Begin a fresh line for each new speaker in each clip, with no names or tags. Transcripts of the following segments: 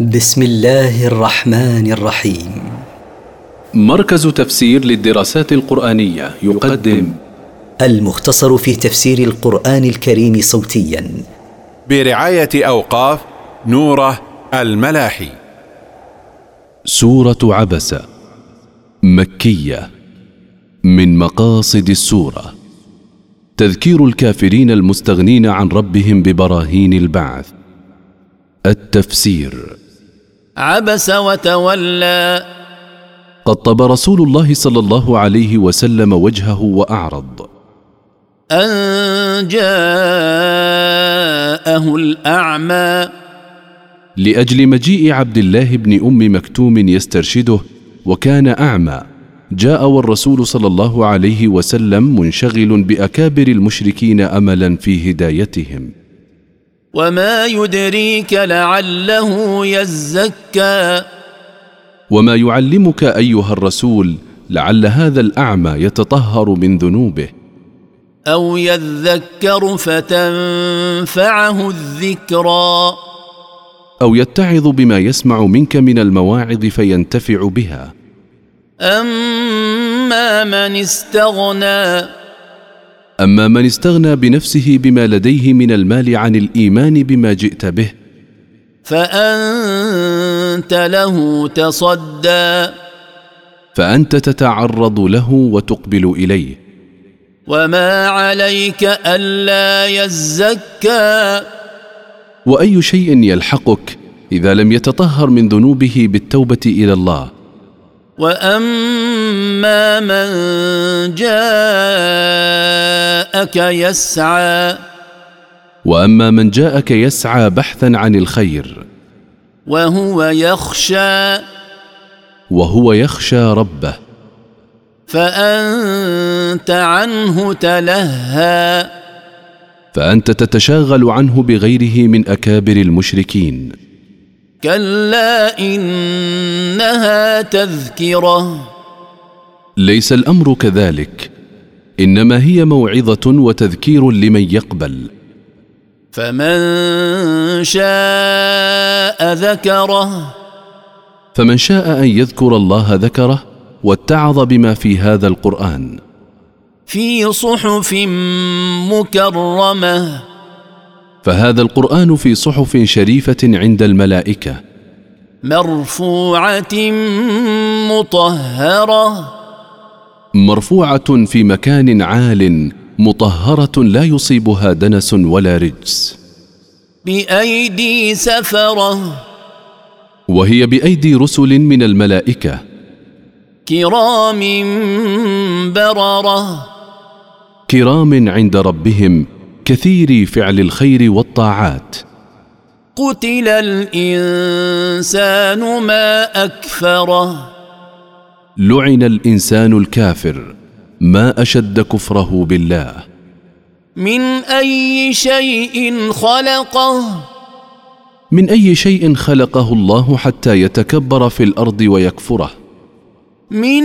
بسم الله الرحمن الرحيم
مركز تفسير للدراسات القرآنية يقدم
المختصر في تفسير القرآن الكريم صوتيا
برعاية أوقاف نوره الملاحي
سورة عبس مكية من مقاصد السورة تذكير الكافرين المستغنين عن ربهم ببراهين البعث التفسير
عبس وتولى
قد طب رسول الله صلى الله عليه وسلم وجهه وأعرض
أن جاءه الأعمى
لأجل مجيء عبد الله بن أم مكتوم يسترشده وكان أعمى جاء والرسول صلى الله عليه وسلم منشغل بأكابر المشركين أملا في هدايتهم
وما يدريك لعله يزكى
وما يعلمك أيها الرسول لعل هذا الأعمى يتطهر من ذنوبه
أو يذكر فتنفعه الذكرى
أو يتعظ بما يسمع منك من المواعظ فينتفع بها
أما من استغنى
أما من استغنى بنفسه بما لديه من المال عن الإيمان بما جئت به
فأنت له تصدى
فأنت تتعرض له وتقبل إليه
وما عليك ألا يزكى
وأي شيء يلحقك إذا لم يتطهر من ذنوبه بالتوبة إلى الله
واما من جاءك يسعى
وأما من جاءك يسعى بحثا عن الخير
وهو يخشى
وهو يخشى ربه
فانت عنه تلهى
فأنت تتشاغل عنه بغيره من أكابر المشركين
كلا انها تذكره
ليس الأمر كذلك إنما هي موعظة وتذكير لمن يقبل
فمن شاء ذكره
فمن شاء أن يذكر الله ذكره واتعظ بما في هذا القرآن
في صحف مكرمه
فهذا القرآن في صحف شريفة عند الملائكة
مرفوعه مطهره
مرفوعة في مكان عال مطهرة لا يصيبها دنس ولا رجس
بايدي سفره
وهي بأيدي رسل من الملائكة
كرام برره
كرام عند ربهم كثيري فعل الخير والطاعات
قتل الانسان ما اكفره
لعن الإنسان الكافر ما أشد كفره بالله
من اي شيء خلقه
من أي شيء خلقه الله حتى يتكبر في الأرض ويكفره
من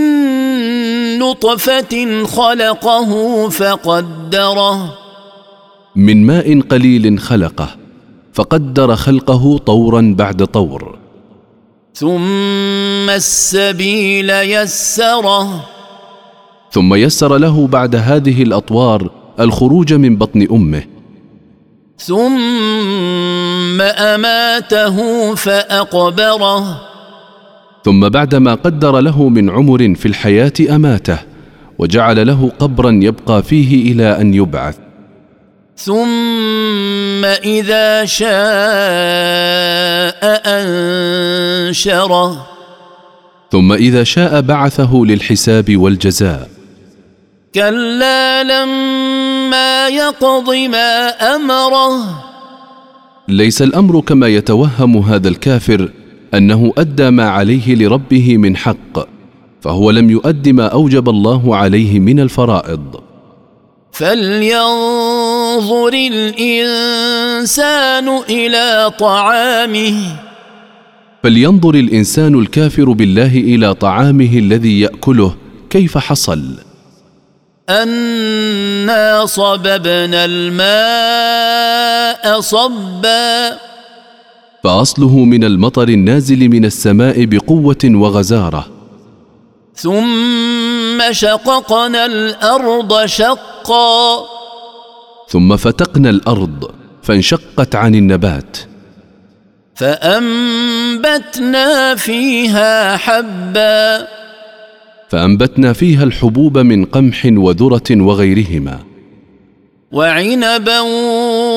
نطفه خلقه فقدره
من ماء قليل خلقه فقدر خلقه طورا بعد طور
ثم السبيل يسره
ثم يسر له بعد هذه الأطوار الخروج من بطن أمه
ثم اماته فاقبره
ثم بعدما قدر له من عمر في الحياة أماته وجعل له قبرا يبقى فيه إلى أن يبعث
ثم اذا شاء انشره
ثم إذا شاء بعثه للحساب والجزاء
كلا لما يقض ما امره
ليس الأمر كما يتوهم هذا الكافر أنه أدى ما عليه لربه من حق فهو لم يؤد ما أوجب الله عليه من الفرائض
فلينظر الانسان الى طعامه
فلينظر الإنسان الكافر بالله إلى طعامه الذي يأكله كيف حصل
انا صببنا الماء صبا
فاصله من المطر النازل من السماء بقوه وغزاره
ثم شققنا الارض شقا
ثم فتقنا الارض فانشقت عن النبات
فانبتنا فيها حبا
فانبتنا فيها الحبوب من قمح وذره وغيرهما
وعنبا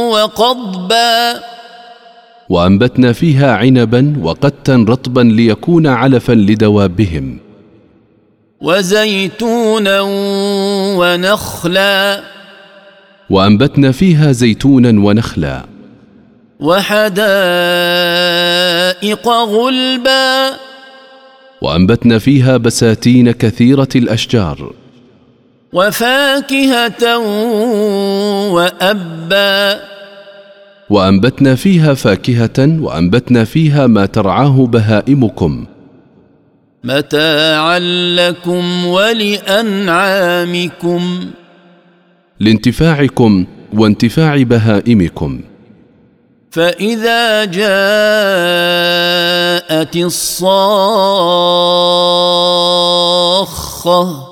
وقضبا
وانبتنا فيها عنبا وقتا رطبا ليكون علفا لدوابهم
وزيتونا ونخلا
وانبتنا فيها زيتونا ونخلا
وحدائق غلبا
وانبتنا فيها بساتين كثيره الاشجار
وفاكهه وابا
وانبتنا فيها فاكهه وانبتنا فيها ما ترعاه بهائمكم
متاعا لكم ولانعامكم
لانتفاعكم وانتفاع بهائمكم
فاذا جاءت الصاخه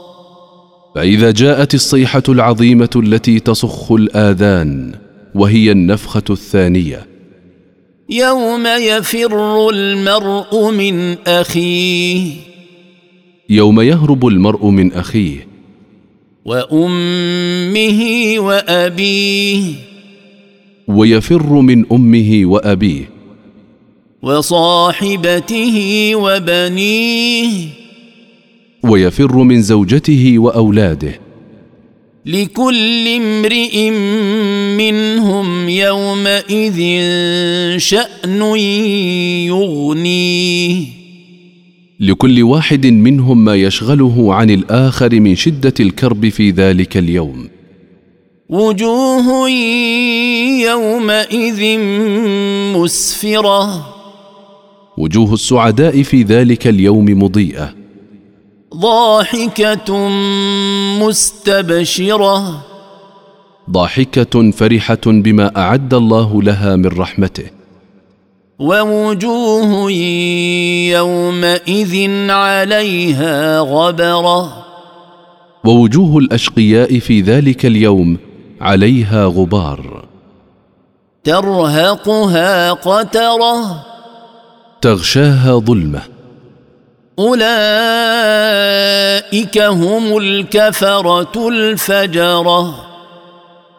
فاذا جاءت الصيحه العظيمه التي تصخ الاذان وهي النفخه الثانيه
يوم يفر المرء من اخيه
يوم يهرب المرء من اخيه
وامه وابيه
ويفر من امه وابيه
وصاحبته وبنيه
ويفر من زوجته واولاده
لكل امرئ منهم يومئذ شان يغنيه
لكل واحد منهم ما يشغله عن الاخر من شده الكرب في ذلك اليوم
وجوه يومئذ مسفره
وجوه السعداء في ذلك اليوم مضيئه
ضاحكة مستبشرة
ضاحكه فرحه بما اعد الله لها من رحمته
ووجوه يومئذ عليها غبرة
ووجوه الاشقياء في ذلك اليوم عليها غبار
ترهقها قترة
تغشاها ظلمه
أولئك هم الكفرة الفجرة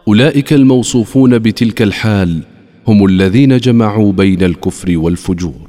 اولئك الموصوفون بتلك الحال هم الذين جمعوا بين الكفر والفجور